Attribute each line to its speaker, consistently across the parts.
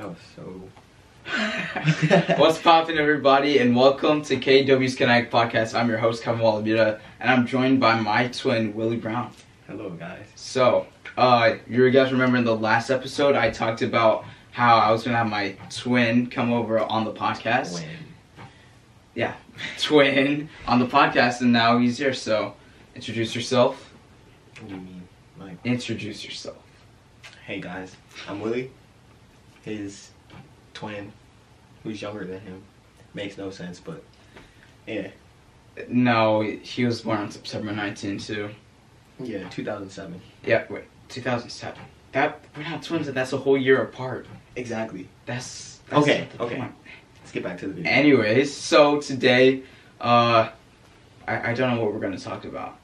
Speaker 1: Oh, so.
Speaker 2: What's poppin', everybody, and welcome to KW's Connect podcast. I'm your host Kevin Wallabieta, and I'm joined by my twin Willie Brown.
Speaker 1: Hello, guys.
Speaker 2: So, uh, you guys remember in the last episode I talked about how I was gonna have my twin come over on the podcast,
Speaker 1: When?
Speaker 2: twin on the podcast, and now he's here. So, introduce yourself.
Speaker 1: What do you mean? Like,
Speaker 2: Introduce yourself.
Speaker 1: hey, guys. I'm Willie. His twin, who's younger than him. Makes no sense, but. Yeah.
Speaker 2: No, he was born on September 19, too.
Speaker 1: Yeah, 2007.
Speaker 2: Yeah, wait, 2007. That we're not twins, and that's a whole year apart.
Speaker 1: Exactly.
Speaker 2: That's, that's
Speaker 1: Okay,
Speaker 2: not the
Speaker 1: okay. Let's get back to the video.
Speaker 2: Anyways, so today, uh, I, I don't know what we're gonna talk about.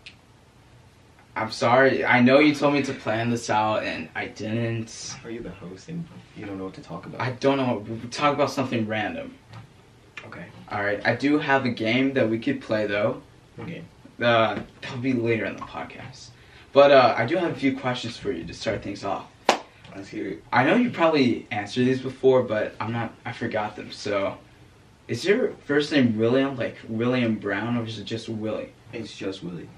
Speaker 2: I'm sorry. I know you told me to plan this out, and I didn't.
Speaker 1: Are you the host and you don't know what to talk about?
Speaker 2: I don't know. We talk about something random.
Speaker 1: okay.
Speaker 2: All right. I do have a game that we could play though.
Speaker 1: Okay.
Speaker 2: Uh, that'll be later in the podcast. But uh, I do have a few questions for you to start things off.
Speaker 1: Let's hear it.
Speaker 2: I know you probably answered these before, but I'm not. I forgot them. So, is your first name William, like William Brown, or is it just Willie?
Speaker 1: It's just Willie.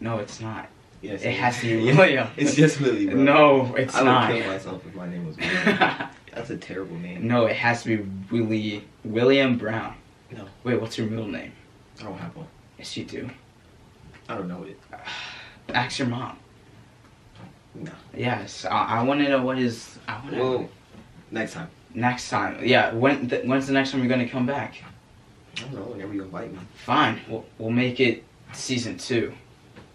Speaker 2: No, it's not.
Speaker 1: Yes.
Speaker 2: It has to be
Speaker 1: is.
Speaker 2: William.
Speaker 1: It's just Willie, bro.
Speaker 2: No, it's
Speaker 1: I would
Speaker 2: not.
Speaker 1: kill myself if my name was Willie. That's a terrible name.
Speaker 2: no, it has to be Willie William Brown.
Speaker 1: No.
Speaker 2: Wait, what's your middle name?
Speaker 1: I don't have one.
Speaker 2: Yes, you do.
Speaker 1: I don't know it.
Speaker 2: Ask your mom.
Speaker 1: No.
Speaker 2: Yes, I, I want to know what is. I want to.
Speaker 1: Well, next time.
Speaker 2: Next time, yeah. When th- when's the next time you're gonna come back?
Speaker 1: I don't know. Whenever you invite me.
Speaker 2: Fine, we'll, we'll make it season two.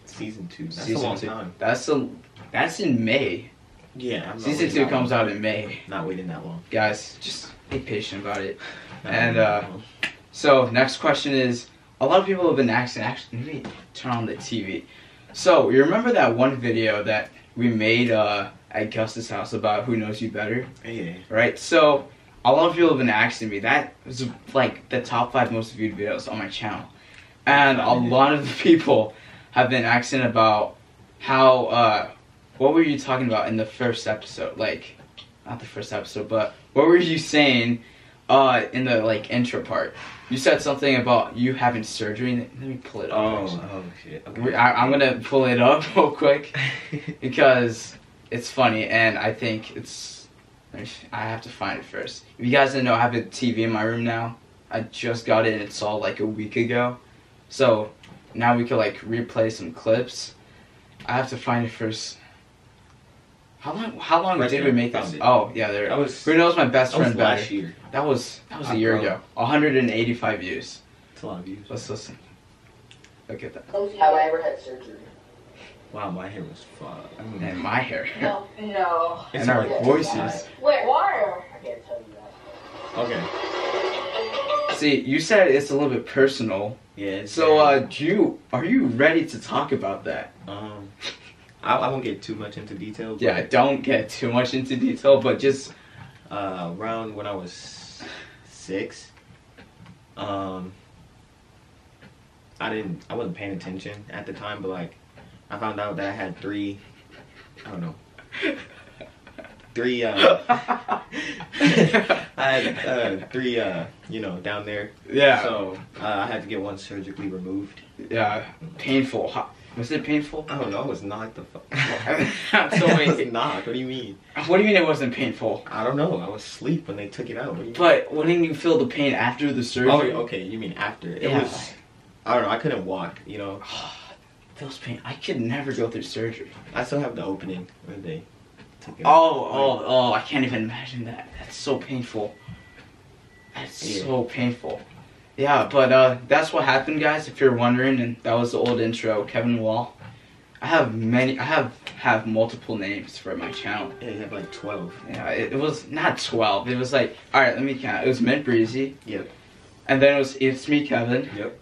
Speaker 1: Season two. That's
Speaker 2: Season
Speaker 1: a long
Speaker 2: two.
Speaker 1: time.
Speaker 2: That's a that's in May.
Speaker 1: Yeah. I'm not
Speaker 2: Season
Speaker 1: waiting
Speaker 2: two
Speaker 1: that
Speaker 2: comes
Speaker 1: long.
Speaker 2: out in May.
Speaker 1: Not waiting that long.
Speaker 2: Guys, just be patient about it.
Speaker 1: Not
Speaker 2: And,
Speaker 1: waiting that
Speaker 2: uh,
Speaker 1: long.
Speaker 2: So next question is a lot of people have been asking actually let me turn on the TV. So you remember that one video that we made uh, at Gus's house about who knows you better,
Speaker 1: yeah.
Speaker 2: right? So a lot of people have been asking me that was like the top five most viewed videos on my channel, and a lot of the people have been asking about how uh, what were you talking about in the first episode? Like not the first episode, but what were you saying uh, in the like intro part? You said something about you having surgery. Let me pull it up.
Speaker 1: Oh.
Speaker 2: actually.
Speaker 1: Oh shit.
Speaker 2: We- I, I'm gonna pull it up real quick because it's funny and I think it's. let me f- I have to find it first. If you guys didn't know, I have a TV in my room now. I just got it and it's all like a week ago. So now we could like replay some clips. I have to find it first. How long? How long
Speaker 1: Right
Speaker 2: did we
Speaker 1: there,
Speaker 2: make
Speaker 1: found
Speaker 2: this?
Speaker 1: it.
Speaker 2: Oh yeah, there.
Speaker 1: That was.
Speaker 2: Who knows my best
Speaker 1: That was
Speaker 2: friend better?
Speaker 1: last year.
Speaker 2: That was that was a
Speaker 1: Uh,
Speaker 2: year
Speaker 1: bro.
Speaker 2: ago. 185 views.
Speaker 1: It's a lot of views.
Speaker 2: Let's listen. Look at that.
Speaker 3: Have I ever had surgery?
Speaker 1: Wow, my hair was fucked.
Speaker 2: And my hair.
Speaker 4: No. No.
Speaker 1: It's
Speaker 2: and our
Speaker 1: like-
Speaker 2: voices.
Speaker 4: Wait, why?
Speaker 3: I can't tell you that.
Speaker 1: Okay.
Speaker 2: See, you said it's a little bit personal.
Speaker 1: Yeah. it's
Speaker 2: So,
Speaker 1: bad.
Speaker 2: uh, do you are you ready to talk about that?
Speaker 1: Um, I, I won't get too much into detail. But,
Speaker 2: Yeah, I don't get too much into detail, but just
Speaker 1: Uh, around when I was six, um, I didn't. I wasn't paying attention at the time, but like, I found out that I had three. I don't know. Three. Uh, I had uh, three. Uh, you know, down there.
Speaker 2: yeah,
Speaker 1: So uh, I had to get one surgically removed.
Speaker 2: yeah, painful. Ho- Was it painful?
Speaker 1: I don't know. I was knocked the fuck.
Speaker 2: So
Speaker 1: I was
Speaker 2: wait.
Speaker 1: knocked. What do you mean?
Speaker 2: What do you mean it wasn't painful?
Speaker 1: I don't know. I was asleep when they took it out. What do you
Speaker 2: But wouldn't you feel the pain after the surgery?
Speaker 1: Oh, yeah, okay. You mean after it
Speaker 2: Yeah.
Speaker 1: was? I don't know. I couldn't walk. You know,
Speaker 2: Feels pain. I could never go through surgery.
Speaker 1: I still have the opening when they took it.
Speaker 2: Oh, oh, oh! I can't even imagine that. That's so painful. That's
Speaker 1: Yeah.
Speaker 2: so painful. Yeah, but uh, that's what happened, guys. If you're wondering, and that was the old intro, Kevin Wall. I have many. I have have multiple names for my channel.
Speaker 1: Yeah, you have like twelve.
Speaker 2: Yeah, it, it was not twelve. It was like, all right, let me count. It was Mint Breezy.
Speaker 1: Yep.
Speaker 2: And then it was It's Me Kevin.
Speaker 1: Yep.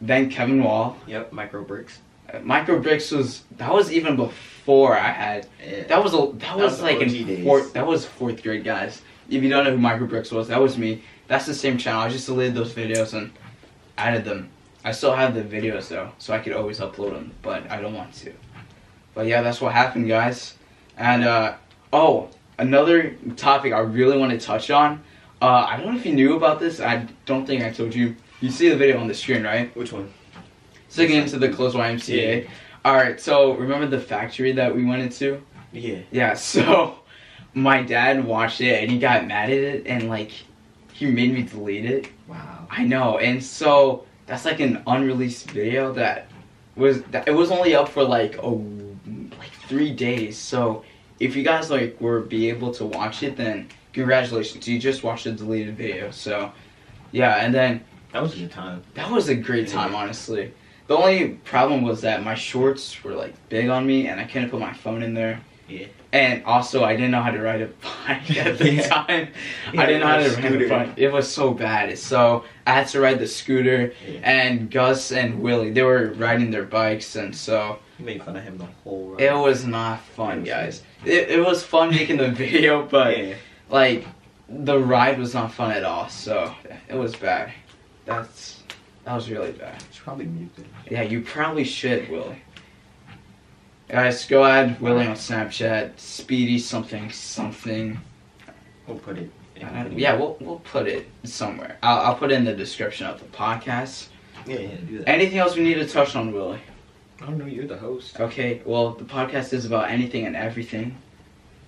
Speaker 2: Then Kevin Wall.
Speaker 1: Yep. Micro bricks.
Speaker 2: Uh, Micro Bricks was that was even before I had
Speaker 1: Yeah.
Speaker 2: That was a that, was,
Speaker 1: was
Speaker 2: like
Speaker 1: OG
Speaker 2: in
Speaker 1: days.
Speaker 2: fourth. That was fourth grade, guys. If you don't know who Micro Bricks was, that was me. That's the same channel. I just deleted those videos and added them. I still have the videos though, so I could always upload them, but I don't want to. But yeah, that's what happened, guys. And uh oh, another topic I really want to touch on. Uh, I don't know if you knew about this. I don't think I told you. You see the video on the screen, right?
Speaker 1: Which one?
Speaker 2: Sticking into the close YMCA. All right. So remember the factory that we went into?
Speaker 1: Yeah.
Speaker 2: Yeah, so my dad watched it and he got mad at it and like he made me delete it.
Speaker 1: Wow.
Speaker 2: I know. And so that's like an unreleased video that was that it was only up for like a like 3 days. So if you guys like were be able to watch it then congratulations. You just watched a deleted video. So yeah, and then
Speaker 1: That was a good time.
Speaker 2: that was a great time, honestly. The only problem was that my shorts were like big on me, and I couldn't put my phone in there.
Speaker 1: Yeah.
Speaker 2: And also, I didn't know how to ride a bike at the
Speaker 1: Yeah.
Speaker 2: time. I didn't know how to ride a bike. It was so bad. So I had to ride the scooter,
Speaker 1: Yeah.
Speaker 2: and Gus and Willie they were riding their bikes, and so
Speaker 1: You made fun of him the whole ride.
Speaker 2: it was not fun,
Speaker 1: was
Speaker 2: guys. It, it was fun making the video, but
Speaker 1: yeah.
Speaker 2: like the ride was not fun at all. So it was bad. That's that was really bad.
Speaker 1: It's probably muted.
Speaker 2: Yeah, you probably should, Willie. Guys, go add Willie on Snapchat, Speedy something something.
Speaker 1: We'll put it. in
Speaker 2: Uh,
Speaker 1: the-
Speaker 2: yeah, we'll we'll put it somewhere. I'll, I'll put it in the description of the podcast.
Speaker 1: Yeah, yeah, do that.
Speaker 2: Anything else we need to touch on, Willie?
Speaker 1: I don't know. You're the host.
Speaker 2: Okay, well the podcast is about anything and everything.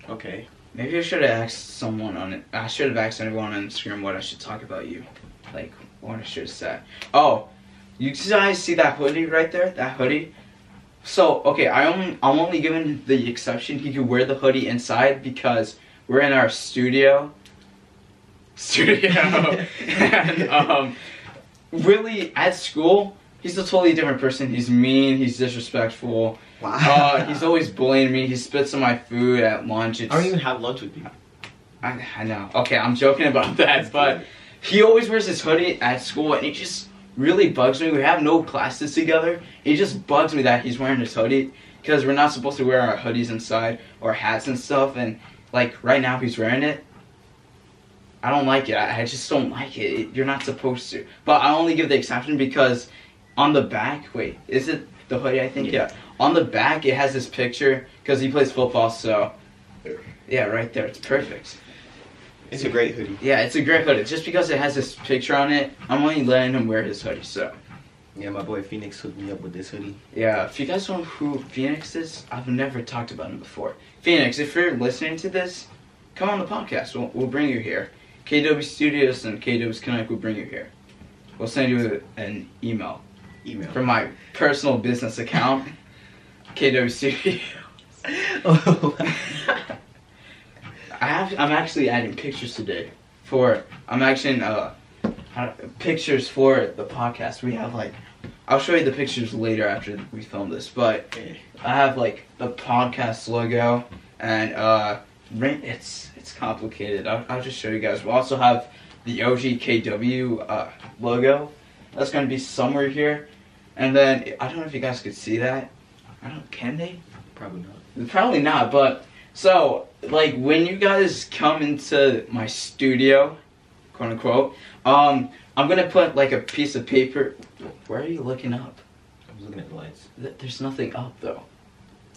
Speaker 1: Okay.
Speaker 2: Maybe I should have asked someone on it. I should have asked everyone on Instagram what I should talk about you, like what I should have said. Oh, you guys see that hoodie right there? That hoodie. So okay, I only I'm only giving the exception he could wear the hoodie inside because we're in our studio. Studio. and, um, really at school, he's a totally different person. He's mean. He's disrespectful.
Speaker 1: Wow.
Speaker 2: Uh, he's always bullying me. He spits on my food at lunch. It's,
Speaker 1: I don't even have lunch with you.
Speaker 2: I, I know. Okay, I'm joking about that, but he always wears his hoodie at school, and it just really bugs me. We have no classes together. It just bugs me that he's wearing his hoodie because we're not supposed to wear our hoodies inside or hats and stuff. And like right now, he's wearing it. I don't like it. I, I just don't like it. it. You're not supposed to. But I only give the exception because on the back, wait, is it the hoodie? I think yeah. On the back, it has this picture because he plays football. So yeah, right there, it's perfect.
Speaker 1: It's a great hoodie.
Speaker 2: Yeah, it's a great hoodie. Just because it has this picture on it, I'm only letting him wear his hoodie. So,
Speaker 1: Yeah, my boy Phoenix hooked me up with this hoodie.
Speaker 2: yeah, if you guys know who Phoenix is, I've never talked about him before. Phoenix, if you're listening to this, come on the podcast. We'll, we'll bring you here. KW Studios and KW's Connect will bring you here. We'll send you an email
Speaker 1: Email.
Speaker 2: from my personal business account, KW Studios. I have, I'm actually adding pictures today for I'm actually uh how- pictures for the podcast. We have like I'll show you the pictures later after we film this, but
Speaker 1: Yeah.
Speaker 2: I have like the podcast logo and uh ring- it's it's complicated. I'll, I'll just show you guys. We also have the OGKW uh logo. That's gonna be somewhere here, and then I don't know if you guys could see that. I don't can they?
Speaker 1: Probably not.
Speaker 2: Probably not, but so like when you guys come into my studio, quote unquote, um, I'm gonna put like a piece of paper. Where are you looking up?
Speaker 1: I was looking at the lights.
Speaker 2: Th- There's nothing up though.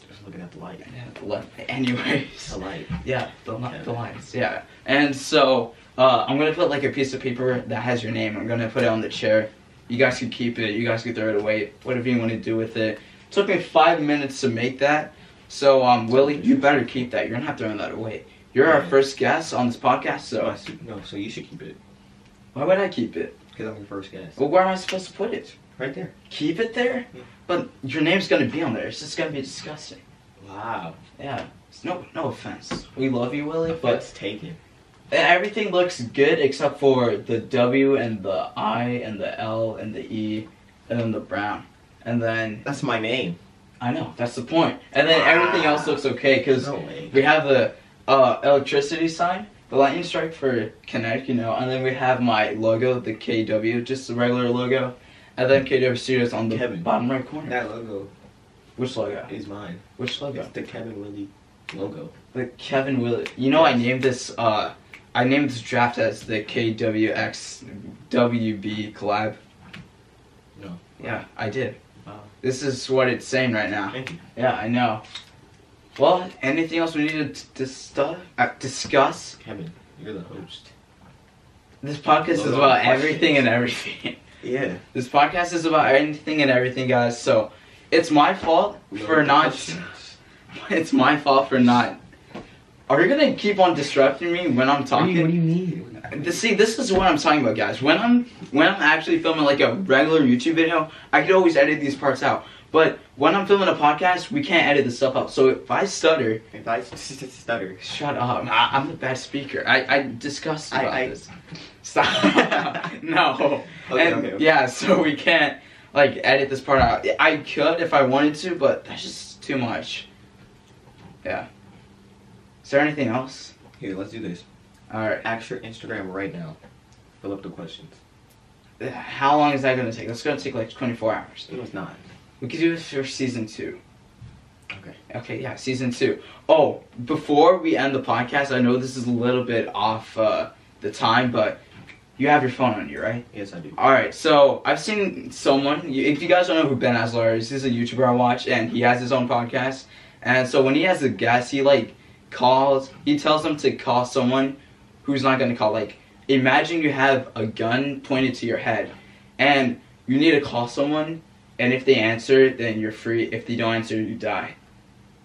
Speaker 1: I was looking at the light.
Speaker 2: Yeah, the li- Anyways,
Speaker 1: The light.
Speaker 2: yeah, the li- the lines, yeah. And so uh, I'm gonna put like a piece of paper that has your name. I'm gonna put it on the chair. You guys can keep it. You guys can throw it away. Whatever you want to do with it. Took me five minutes to make that. So um, Willie, you better keep that. You're not throwing that away. You're our first guest on this podcast,
Speaker 1: No, I
Speaker 2: so
Speaker 1: see- no, so you should keep it
Speaker 2: why would I keep it?
Speaker 1: because I'm your first guest.
Speaker 2: Well, where am I supposed to put it?
Speaker 1: Right there.
Speaker 2: Keep it there? But your name's gonna be on there. It's just gonna be disgusting.
Speaker 1: Wow.
Speaker 2: Yeah. No, no offense. We love you, Willie, but
Speaker 1: But taken.
Speaker 2: Everything looks good except for the W and the I and the L and the E and then the brown. And then
Speaker 1: That's my name.
Speaker 2: I know that's the point. And then everything else looks okay because
Speaker 1: No way.
Speaker 2: we have the uh, electricity sign, the lightning strike for Connect, you know, and then we have my logo, the KW, just the regular logo, and then KW Studios on the
Speaker 1: Kevin.
Speaker 2: bottom right corner.
Speaker 1: That logo
Speaker 2: Which logo?
Speaker 1: is mine.
Speaker 2: Which logo?
Speaker 1: It's the Kevin Willie logo.
Speaker 2: The Kevin Willis. You know, I named this. Uh, I named this draft as the KWX WB collab.
Speaker 1: No.
Speaker 2: Yeah, I did.
Speaker 1: Wow.
Speaker 2: This is what it's saying right now.
Speaker 1: Thank you.
Speaker 2: Yeah, I know. Well, anything else we need to t- dis- uh, discuss?
Speaker 1: Kevin, you're the host.
Speaker 2: This podcast is
Speaker 1: Those are
Speaker 2: about
Speaker 1: questions.
Speaker 2: everything and everything.
Speaker 1: Yeah.
Speaker 2: This podcast is about anything and everything, guys. So it's my fault for not. It's my fault for not. Are you gonna keep on disrupting me when I'm
Speaker 1: What do,
Speaker 2: talking?
Speaker 1: you, what do you mean?
Speaker 2: Th- See, this is what I'm talking about, guys. When I'm when I'm actually filming like a regular YouTube video, I could always edit these parts out. But when I'm filming a podcast, we can't edit this stuff out. So if I stutter,
Speaker 1: If I s- s- stutter,
Speaker 2: shut up. I, I'm a bad speaker. I I discussed
Speaker 1: I-
Speaker 2: about
Speaker 1: I-
Speaker 2: this. Stop. no.
Speaker 1: Okay,
Speaker 2: and
Speaker 1: okay, okay.
Speaker 2: yeah, so we can't like edit this part out. I could if I wanted to, but that's just too much. Yeah. Is there anything else?
Speaker 1: Here, let's do this.
Speaker 2: All right.
Speaker 1: Ask your Instagram right now. Fill up the questions.
Speaker 2: How long is that gonna take? That's gonna take like 24 hours.
Speaker 1: No, it's not.
Speaker 2: We could do it for season two.
Speaker 1: Okay.
Speaker 2: Okay, yeah, season two. Oh, before we end the podcast, I know this is a little bit off uh, the time, but you have your phone on you, right?
Speaker 1: Yes, I do.
Speaker 2: All right, so I've seen someone. you- If you guys don't know who Ben Aslar is, he's a YouTuber I watch, and he has his own podcast. And so when he has a guest, he like calls. He tells them to call someone who's not gonna call. Like, imagine you have a gun pointed to your head, and you need to call someone. And if they answer, then you're free. If they don't answer, you die.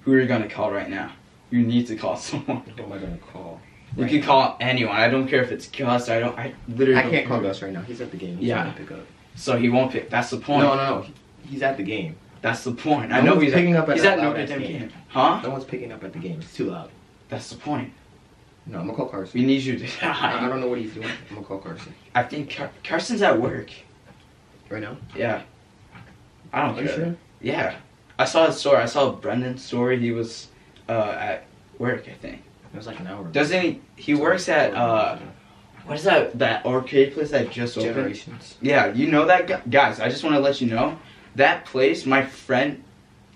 Speaker 2: Who are you gonna call right now? You need to call someone.
Speaker 1: Who am I gonna call?
Speaker 2: You
Speaker 1: Right
Speaker 2: can
Speaker 1: now.
Speaker 2: call anyone. I don't care if it's Gus. I don't. I literally.
Speaker 1: I
Speaker 2: don't
Speaker 1: can't call
Speaker 2: care.
Speaker 1: Gus right now. He's at the game. He's
Speaker 2: Yeah.
Speaker 1: trying to pick up.
Speaker 2: So he won't pick. That's the point.
Speaker 1: No, no, no. He- He's at the game.
Speaker 2: That's the point. I
Speaker 1: No
Speaker 2: know
Speaker 1: one's
Speaker 2: he's
Speaker 1: picking
Speaker 2: at,
Speaker 1: up at
Speaker 2: he's at
Speaker 1: that loud
Speaker 2: Notre
Speaker 1: ass
Speaker 2: Dame
Speaker 1: game.
Speaker 2: camp. Huh?
Speaker 1: No one's picking up at the game. It's too loud.
Speaker 2: That's the point.
Speaker 1: No, I'm gonna call Carson.
Speaker 2: We need you to
Speaker 1: I, I
Speaker 2: die.
Speaker 1: don't know what he's doing. I'm gonna call Carson
Speaker 2: I think Car- Carson's at work.
Speaker 1: right now.
Speaker 2: Yeah. I don't
Speaker 1: Are you
Speaker 2: care.
Speaker 1: sure?
Speaker 2: Oh, Yeah. I saw his story. I saw Brendan's story. He was uh, at work, I think.
Speaker 1: It was like an hour. ago.
Speaker 2: Doesn't he? He works at uh, what is that? That arcade place that just opened.
Speaker 1: Generations.
Speaker 2: Yeah, you know that gu- guys. I just want to let you know that place. My friend,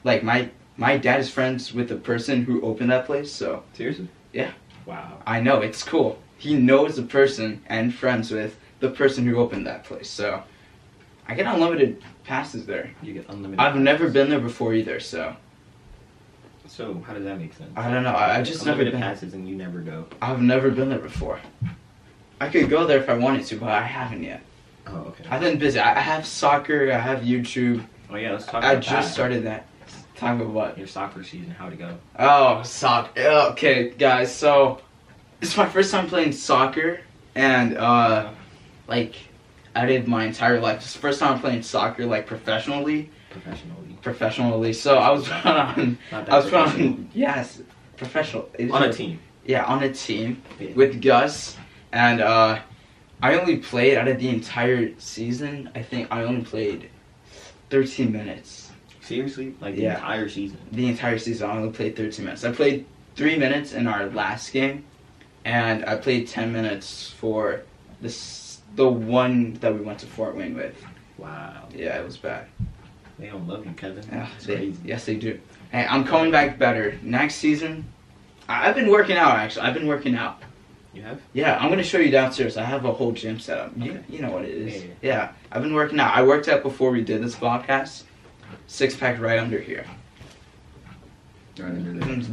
Speaker 2: like my my dad is friends with the person who opened that place. So
Speaker 1: Seriously?
Speaker 2: Yeah.
Speaker 1: Wow.
Speaker 2: I know, it's cool. He knows the person and friends with the person who opened that place, so I get unlimited passes there.
Speaker 1: You get unlimited.
Speaker 2: I've never been there before either, so
Speaker 1: So how does that make sense?
Speaker 2: I don't know. I, I just never
Speaker 1: Unlimited
Speaker 2: been.
Speaker 1: passes and you never go.
Speaker 2: I've never been there before. I could go there if I wanted to, but I haven't yet.
Speaker 1: Oh okay.
Speaker 2: I've been busy. I I have soccer. I have YouTube.
Speaker 1: oh yeah. Let's talk.
Speaker 2: I
Speaker 1: about
Speaker 2: just
Speaker 1: that.
Speaker 2: started that. Talk about what?
Speaker 1: your soccer season. How to go?
Speaker 2: Oh, soccer. Okay, guys. So it's my first time playing soccer, and uh, like I did my entire life. It's the first time playing soccer like professionally,
Speaker 1: Professionally.
Speaker 2: professionally. So I was put on.
Speaker 1: Not that
Speaker 2: I was put
Speaker 1: professional.
Speaker 2: on. Yes, professional. It was
Speaker 1: on a
Speaker 2: like-
Speaker 1: team.
Speaker 2: Yeah, on a team
Speaker 1: Yeah.
Speaker 2: with Gus, and uh, I only played out of the entire season. I think I only played thirteen minutes.
Speaker 1: Seriously? Like the
Speaker 2: Yeah.
Speaker 1: entire season.
Speaker 2: the entire season. I only played 13 minutes. I played three minutes in our last game, and I played 10 minutes for this the one that we went to Fort Wayne with.
Speaker 1: Wow.
Speaker 2: Yeah, it was bad.
Speaker 1: They don't love you, Kevin.
Speaker 2: Yeah,
Speaker 1: It's
Speaker 2: they-
Speaker 1: crazy.
Speaker 2: yes, they do. Hey, I'm coming back better next season. I- I've been working out actually. I've been working out.
Speaker 1: You have?
Speaker 2: Yeah, I'm gonna show you downstairs. I have a whole gym set up. You,
Speaker 1: Okay.
Speaker 2: you know what it is.
Speaker 1: Yeah, yeah.
Speaker 2: yeah, I've been working out. I worked out before we did this podcast. Six pack right under here.
Speaker 1: Right under there.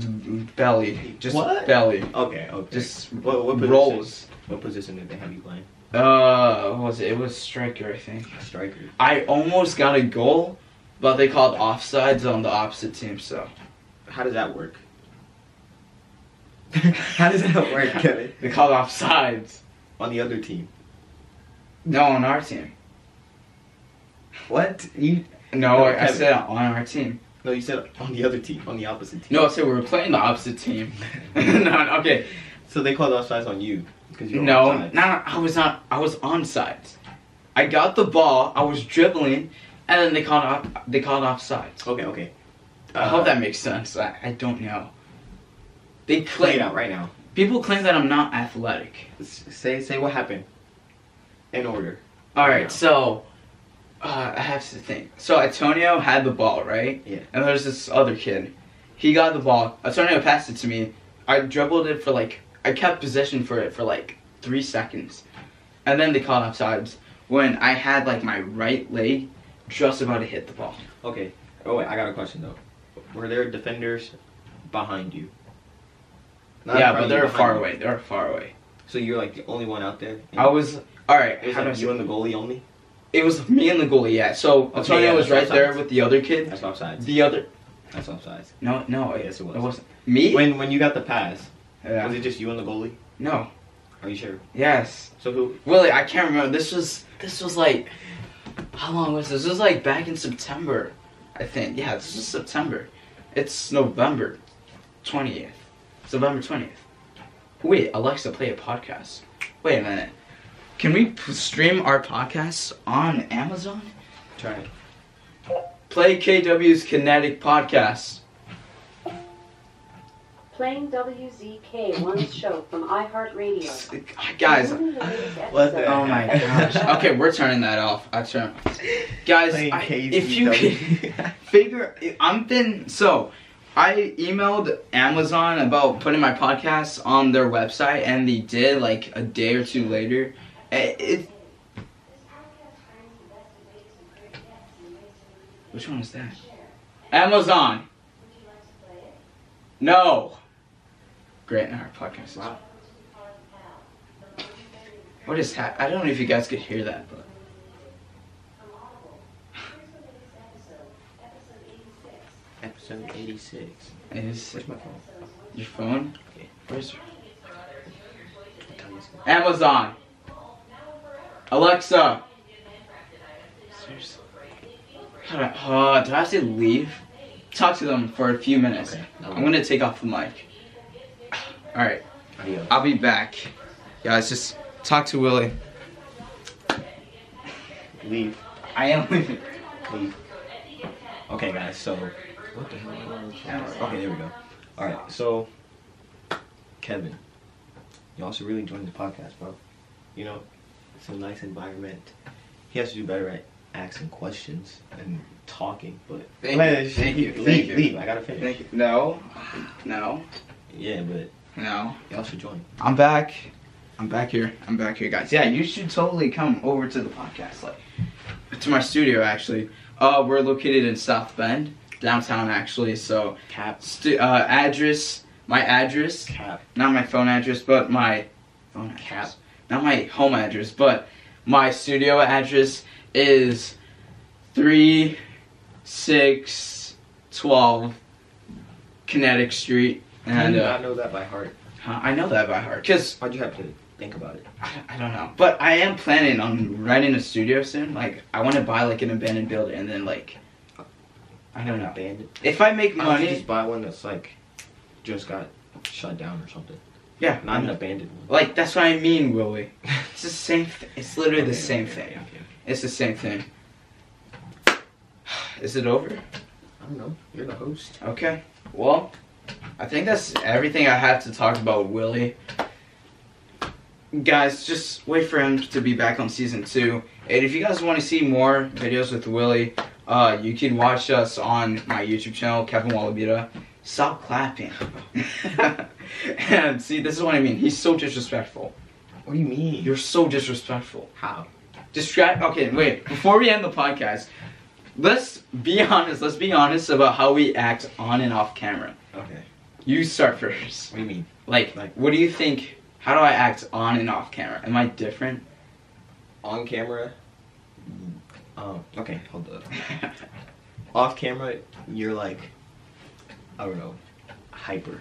Speaker 2: Belly, just
Speaker 1: Mm-hmm. What?
Speaker 2: belly.
Speaker 1: Okay. Okay.
Speaker 2: Just
Speaker 1: what, what position?
Speaker 2: rolls.
Speaker 1: What position did they have you playing?
Speaker 2: Uh, what was it? It was striker, I think.
Speaker 1: Striker.
Speaker 2: I almost got a goal, but they called offsides on the opposite team. So
Speaker 1: How does that work? How does that work, Kevin?
Speaker 2: they called offsides.
Speaker 1: On the other team.
Speaker 2: No, on our team.
Speaker 1: What? You?
Speaker 2: No,
Speaker 1: No,
Speaker 2: I, I
Speaker 1: Kevin.
Speaker 2: said on our team.
Speaker 1: No, you said on the other team, on the opposite team.
Speaker 2: No, I said we were playing the opposite team. no, okay.
Speaker 1: So they called offsides on you because you were
Speaker 2: No,
Speaker 1: offside.
Speaker 2: no, I was not. I was onside. I got the ball. I was dribbling, and then they called off. They called offsides.
Speaker 1: Okay. Okay. Uh,
Speaker 2: I hope that makes sense. I, I don't know. They
Speaker 1: Play it
Speaker 2: claim
Speaker 1: out right now.
Speaker 2: people claim that I'm not athletic.
Speaker 1: S- Say say what happened. In order.
Speaker 2: All right,
Speaker 1: Yeah.
Speaker 2: so uh, I have to think. So Antonio had the ball, right?
Speaker 1: Yeah.
Speaker 2: And there's this other kid. He got the ball. Antonio passed it to me. I dribbled it for like I kept possession for it for like three seconds, and then they called offsides when I had like my right leg just about to hit the ball.
Speaker 1: Okay. Oh wait, I got a question though. Were there defenders behind you. Not
Speaker 2: Yeah,
Speaker 1: in front
Speaker 2: but
Speaker 1: of you,
Speaker 2: they're
Speaker 1: behind
Speaker 2: far
Speaker 1: you.
Speaker 2: away. They're far away.
Speaker 1: So you're like the only one out there. And
Speaker 2: I was all right.
Speaker 1: It was
Speaker 2: how do I
Speaker 1: like
Speaker 2: say-
Speaker 1: you and the goalie only.
Speaker 2: It was me and the goalie. Yeah. So
Speaker 1: Okay,
Speaker 2: Antonio
Speaker 1: yeah,
Speaker 2: was right
Speaker 1: that's
Speaker 2: there
Speaker 1: offsides.
Speaker 2: with the other kid.
Speaker 1: That's offsides.
Speaker 2: The other.
Speaker 1: That's offsides.
Speaker 2: No, no. It,
Speaker 1: Yes, it was.
Speaker 2: it wasn't me.
Speaker 1: When when you got the pass,
Speaker 2: Yeah.
Speaker 1: was it just you and the goalie?
Speaker 2: No.
Speaker 1: Are you sure?
Speaker 2: Yes.
Speaker 1: So who?
Speaker 2: Willie, I can't remember. This was this was like how long was this? This was like back in September, I think. Yeah, this was September. It's November twentieth. It's November twentieth. Wait, Alexa, play a podcast. Wait a minute. Can we p- stream our podcast on Amazon?
Speaker 1: Try it.
Speaker 2: Play KW's Kinetic Podcast.
Speaker 5: Playing WZK One's show from iHeartRadio.
Speaker 2: Guys,
Speaker 5: Including the latest
Speaker 1: What the-
Speaker 5: episode.
Speaker 2: oh my gosh. Okay, we're turning that off. I turn. Guys,
Speaker 1: Playing
Speaker 2: I- if you
Speaker 1: KZW.
Speaker 2: can. figure I'm been so I emailed Amazon about putting my podcast on their website and they did like a day or two later. Eh, It, Which one was that? Amazon. No. Grant and our podcast. is-
Speaker 1: Wow.
Speaker 2: What is that? I don't know if you guys could hear that, but
Speaker 1: Episode eighty six.
Speaker 2: it is
Speaker 1: Where's my phone?
Speaker 2: your phone.
Speaker 1: Okay.
Speaker 2: Where's
Speaker 1: I'll tell you soon.
Speaker 2: Amazon. Alexa. Seriously. How do I, uh, do I have to leave? Talk to them for a few minutes.
Speaker 1: Okay.
Speaker 2: I'm gonna take off the mic. Alright,
Speaker 1: Adios.
Speaker 2: I'll be back. Guys, just talk to Willie.
Speaker 1: Leave.
Speaker 2: I am leaving.
Speaker 1: Leave. Okay, guys. So what the hell? Okay, there we go. All right. So Kevin, y'all should really join the podcast, bro. You know, it's a nice environment. He has to do better at asking questions and talking, but
Speaker 2: Thank
Speaker 1: Let
Speaker 2: you,
Speaker 1: it-
Speaker 2: thank you,
Speaker 1: Leave,
Speaker 2: thank you.
Speaker 1: leave. I gotta finish.
Speaker 2: Thank you. No. No.
Speaker 1: Yeah, but
Speaker 2: No.
Speaker 1: y'all should join.
Speaker 2: I'm back. I'm back here. I'm back here, guys. Yeah, you should totally come over to the podcast, like to my studio. Actually, uh, we're located in South Bend, downtown, actually. So,
Speaker 1: Cap,
Speaker 2: stu- uh, address, my address,
Speaker 1: cap,
Speaker 2: not my phone address, but my phone
Speaker 1: Cap.
Speaker 2: address, not my home address, but my studio address is three six twelve Kinetic Street,
Speaker 1: How
Speaker 2: and
Speaker 1: do you
Speaker 2: uh,
Speaker 1: not know that by heart.
Speaker 2: I know that by heart because.
Speaker 1: Why'd you have to think about it?
Speaker 2: I I don't know, but I am planning on renting a studio soon. Like, I want to buy like an abandoned building and then like, I don't know.
Speaker 1: Abandoned.
Speaker 2: If I make
Speaker 1: Why don't you
Speaker 2: money,
Speaker 1: just buy one that's like just got shut down or something.
Speaker 2: yeah,
Speaker 1: Not an abandoned one.
Speaker 2: like that's what I mean, Willie. It's the same. Th- it's literally the
Speaker 1: Okay,
Speaker 2: same
Speaker 1: okay,
Speaker 2: thing.
Speaker 1: okay, okay.
Speaker 2: It's the same thing. Is it over?
Speaker 1: I don't know. You're the host.
Speaker 2: Okay. Well, I think that's everything I have to talk about, Willie. Guys, just wait for him to be back on season two. And if you guys want to see more videos with Willie, uh, you can watch us on my YouTube channel, Kevin Wallabita. Stop clapping. and see, this is what I mean. He's so disrespectful.
Speaker 1: What do you mean?
Speaker 2: You're so disrespectful.
Speaker 1: how?
Speaker 2: Distract. Okay, wait. Before we end the podcast, let's be honest. Let's be honest about how we act on and off camera.
Speaker 1: Okay.
Speaker 2: You start first.
Speaker 1: What do you mean?
Speaker 2: Like,
Speaker 1: Like-
Speaker 2: what do you think? How do I act on and off camera? Am I different?
Speaker 1: On camera. Um. Okay. Hold up. Off camera, you're like, I don't know, hyper.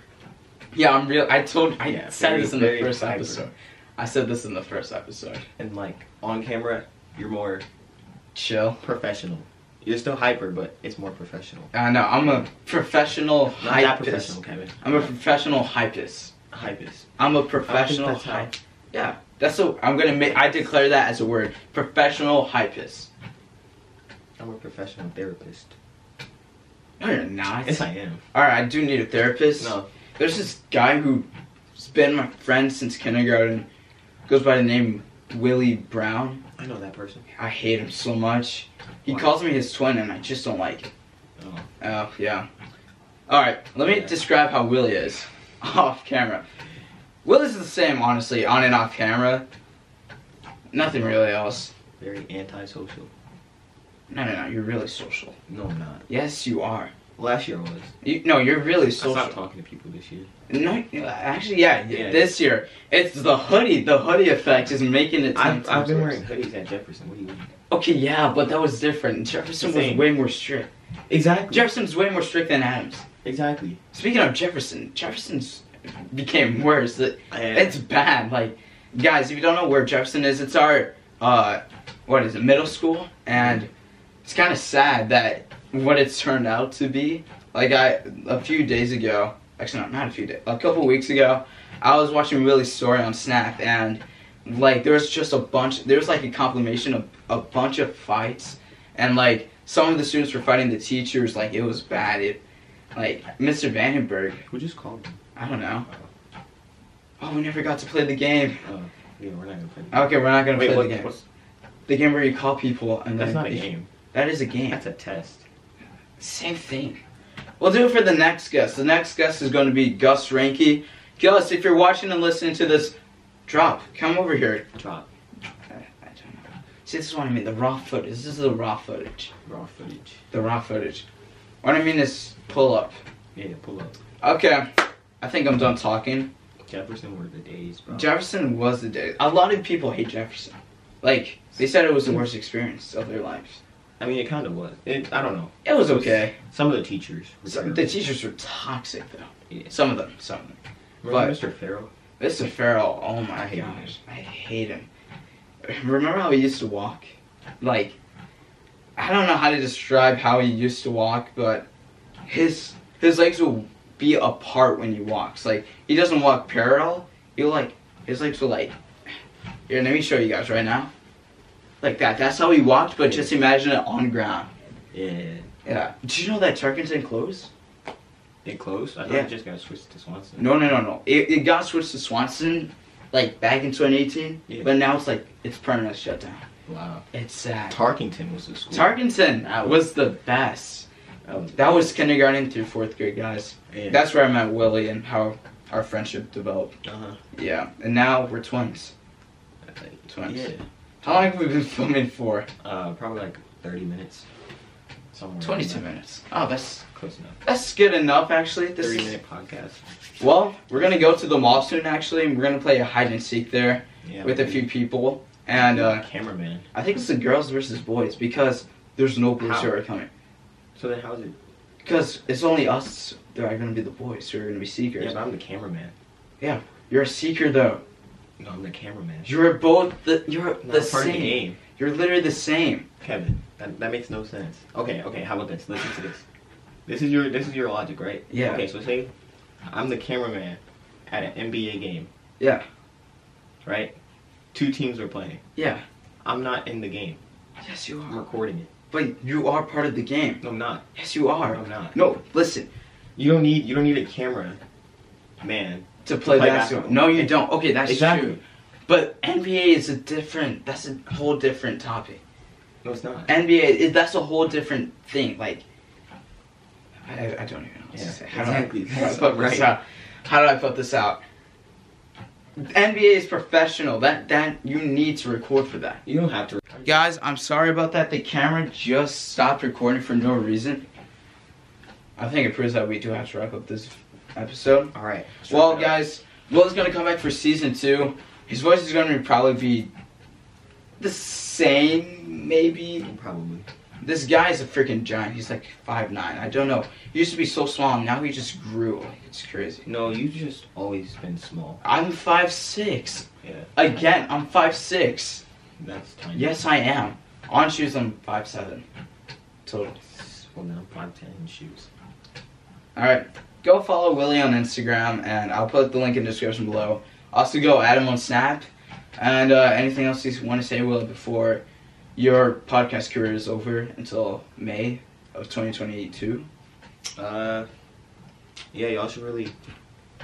Speaker 2: yeah, I'm real. I told. I
Speaker 1: Yeah,
Speaker 2: said
Speaker 1: very-
Speaker 2: this in the
Speaker 1: very
Speaker 2: first
Speaker 1: hyper.
Speaker 2: episode. I said this in the first episode.
Speaker 1: And like on camera, you're more
Speaker 2: Chill.
Speaker 1: professional. You're still hyper, but it's more professional.
Speaker 2: I know. Uh, I'm a professional
Speaker 1: Not that
Speaker 2: hypist.
Speaker 1: professional, Kevin.
Speaker 2: I'm a professional hypist.
Speaker 1: hypist.
Speaker 2: I'm a professional
Speaker 1: that's how-
Speaker 2: hype. Yeah, that's a. I'm gonna make. I declare that as a word. Professional hypist.
Speaker 1: I'm a professional therapist.
Speaker 2: No, you're not.
Speaker 1: Yes, I am.
Speaker 2: All right, I do need a therapist.
Speaker 1: No,
Speaker 2: There's this guy who's been my friend since kindergarten, goes by the name Willie Brown.
Speaker 1: I know that person.
Speaker 2: I hate him so much. He
Speaker 1: Why?
Speaker 2: calls me his twin, and I just don't like it.
Speaker 1: Oh.
Speaker 2: Oh, yeah. All right, let me
Speaker 1: Yeah.
Speaker 2: describe how Willie is off camera. Willie's the same, honestly, on and off camera. Nothing really else.
Speaker 1: Very antisocial.
Speaker 2: No, no, no, you're really social.
Speaker 1: No, I'm not.
Speaker 2: Yes, you are.
Speaker 1: Last year I was.
Speaker 2: You, no, you're really
Speaker 1: I stopped
Speaker 2: social.
Speaker 1: talking to people this year.
Speaker 2: No, actually, yeah,
Speaker 1: Yeah.
Speaker 2: This year, it's the hoodie. The hoodie effect is making it. ten
Speaker 1: I've, I've
Speaker 2: times
Speaker 1: been
Speaker 2: worse.
Speaker 1: wearing hoodies at Jefferson. What do you mean?
Speaker 2: Okay, yeah, but that was different. Jefferson was
Speaker 1: Same.
Speaker 2: way more strict.
Speaker 1: Exactly.
Speaker 2: Jefferson's way more strict than Adams.
Speaker 1: exactly.
Speaker 2: Speaking of Jefferson, Jefferson's became worse. It-
Speaker 1: And
Speaker 2: It's bad. Like, guys, if you don't know where Jefferson is, it's our uh, what is it, middle school, and it's kind of sad that what it's turned out to be. Like, I a few days ago, actually not not a few days, a couple weeks ago, I was watching Willie's story on Snap, and like there was just a bunch. There was like a compilation of a bunch of fights, and like some of the students were fighting the teachers. Like it was bad. It like Mr. Vandenberg.
Speaker 1: who just called me?
Speaker 2: I don't know. Oh, we never got to play the game.
Speaker 1: Yeah, we're not gonna play. that.
Speaker 2: Okay, we're not gonna
Speaker 1: Wait,
Speaker 2: play
Speaker 1: what,
Speaker 2: the game.
Speaker 1: what's-
Speaker 2: The game where you call people and
Speaker 1: that's
Speaker 2: then
Speaker 1: not a
Speaker 2: if-
Speaker 1: game.
Speaker 2: That is a game.
Speaker 1: That's a test.
Speaker 2: Same thing. We'll do it for the next guest. The next guest is going to be Gus Ranke. Gus, if you're watching and listening to this, drop. Come over here.
Speaker 1: Drop
Speaker 2: I, I don't know. See, this is what I mean. The raw footage. This is the raw footage.
Speaker 1: raw footage.
Speaker 2: The raw footage. What I mean is pull up.
Speaker 1: Yeah, pull up.
Speaker 2: Okay. I think I'm done talking.
Speaker 1: Jefferson were the days, bro.
Speaker 2: Jefferson was the day. A lot of people hate Jefferson. Like, they said it was the worst experience of their lives.
Speaker 1: I mean, it kind of was. It, I don't know.
Speaker 2: It was okay.
Speaker 1: Some of the teachers. were
Speaker 2: Some, the
Speaker 1: terrible.
Speaker 2: teachers were toxic though.
Speaker 1: Yeah.
Speaker 2: Some of them, some of them.
Speaker 1: Remember Mr. Farrell?
Speaker 2: Mr. Farrell, oh my
Speaker 1: I hate him.
Speaker 2: gosh, I hate him. Remember how he used to walk? Like, I don't know how to describe how he used to walk, but his his legs will be apart when he walks. Like, he doesn't walk parallel. He'll like his legs will like. Here, let me show you guys right now. Like that. That's how he walked, but just imagine it on ground.
Speaker 1: Yeah.
Speaker 2: Yeah. Did you know that Turkington closed?
Speaker 1: It closed. I thought
Speaker 2: Yeah.
Speaker 1: it just got switched to Swanson.
Speaker 2: No, no, no, no. It, it got switched to Swanson, like back in 2018,
Speaker 1: Yeah.
Speaker 2: but now it's like it's permanent shutdown.
Speaker 1: Wow.
Speaker 2: It's sad.
Speaker 1: Tarkington was the school.
Speaker 2: Tarkenton uh,
Speaker 1: That
Speaker 2: was the best. Um,
Speaker 1: That was.
Speaker 2: That was kindergarten through fourth grade, guys.
Speaker 1: Yeah.
Speaker 2: That's where I met Willie and how our friendship developed.
Speaker 1: Uh-huh.
Speaker 2: Yeah, and now we're twins. Twins.
Speaker 1: Yeah.
Speaker 2: How long have we been filming for?
Speaker 1: Uh, probably like 30 minutes. Somewhere.
Speaker 2: 22
Speaker 1: around there.
Speaker 2: minutes. Oh, that's
Speaker 1: Close enough.
Speaker 2: that's good enough actually. This
Speaker 1: 30
Speaker 2: is-
Speaker 1: minute podcast.
Speaker 2: well, we're gonna go to the mall soon actually, and we're gonna play a hide and seek there
Speaker 1: Yeah.
Speaker 2: with a
Speaker 1: we-
Speaker 2: few people. And uh,
Speaker 1: cameraman.
Speaker 2: I think it's the girls versus boys because there's no boys who
Speaker 1: How?
Speaker 2: are coming.
Speaker 1: So then how's it?
Speaker 2: Because it's only us that are going to be the boys who are going to be
Speaker 1: Yeah,
Speaker 2: seekers.
Speaker 1: but I'm the cameraman.
Speaker 2: You're a seeker though.
Speaker 1: No, I'm the cameraman.
Speaker 2: You're both the you're
Speaker 1: No,
Speaker 2: the
Speaker 1: I'm part of the
Speaker 2: same.
Speaker 1: game.
Speaker 2: You're literally the same.
Speaker 1: Kevin, that, that makes no sense. Okay, okay. How about this? Listen to this. This is your this is your logic, right?
Speaker 2: Yeah.
Speaker 1: Okay, so say I'm the cameraman at an NBA game.
Speaker 2: Yeah.
Speaker 1: Right. Two teams are playing.
Speaker 2: Yeah.
Speaker 1: I'm not in the game.
Speaker 2: Yes, you
Speaker 1: I'm
Speaker 2: are.
Speaker 1: recording it.
Speaker 2: But you are part of the game.
Speaker 1: No, I'm not.
Speaker 2: Yes, you are.
Speaker 1: I'm not.
Speaker 2: No, listen.
Speaker 1: You don't need you don't need a camera, man.
Speaker 2: To play,
Speaker 1: play
Speaker 2: basketball.
Speaker 1: basketball.
Speaker 2: No, you don't. Okay, that's
Speaker 1: Exactly.
Speaker 2: true. But NBA is a different. That's a whole different topic.
Speaker 1: No, it's not.
Speaker 2: NBA, it, that's a whole different thing. Like, I, I don't even know what
Speaker 1: Yeah,
Speaker 2: to say. How
Speaker 1: exactly.
Speaker 2: do I, how do I
Speaker 1: That's
Speaker 2: put this
Speaker 1: right.
Speaker 2: out? How do I put this out? NBA is professional. That that you need to record for that.
Speaker 1: You don't have to.
Speaker 2: Guys, I'm sorry about that. The camera just stopped recording for no reason. I think it proves that we do have to wrap up this episode.
Speaker 1: All right.
Speaker 2: Well, guys, Will's gonna come back for season two. His voice is gonna probably be the same, maybe.
Speaker 1: Probably.
Speaker 2: This guy is a freaking giant. He's like five nine. I don't know. He used to be so small. Now he just grew. Like it's crazy.
Speaker 1: No, you've just always been small.
Speaker 2: I'm five six.
Speaker 1: Yeah.
Speaker 2: Again, I'm five six.
Speaker 1: That's tiny.
Speaker 2: Yes, I am. On shoes, I'm five seven. Total.
Speaker 1: Well, now five ten shoes.
Speaker 2: All right. Go follow Willie on Instagram, and I'll put the link in the description below. Also, go add him on Snap. And uh, anything else you want to say, Willie, before your podcast career is over until May of 2022?
Speaker 1: Uh, yeah, y'all should really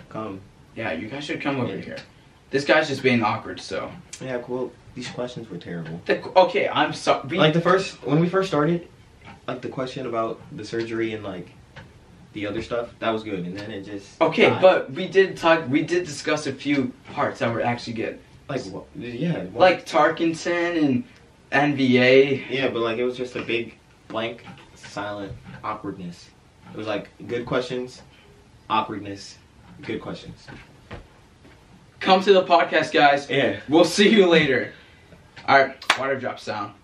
Speaker 1: come.
Speaker 2: Yeah, you guys should come over
Speaker 1: Yeah.
Speaker 2: here. This guy's just being awkward, so.
Speaker 1: Yeah, cool. These questions were terrible.
Speaker 2: The, okay, I'm sorry.
Speaker 1: Like the first when we first started, like the question about the surgery and like the other stuff that was good, and then it just
Speaker 2: okay,
Speaker 1: died.
Speaker 2: but we did talk. We did discuss a few parts that were actually good,
Speaker 1: like wha- yeah, wha-
Speaker 2: like Tarkinson and NBA.
Speaker 1: yeah, but like it was just a big blank, silent awkwardness. It was like good questions, awkwardness, good questions.
Speaker 2: Come to the podcast, guys.
Speaker 1: Yeah.
Speaker 2: We'll see you later. All right, water drop sound.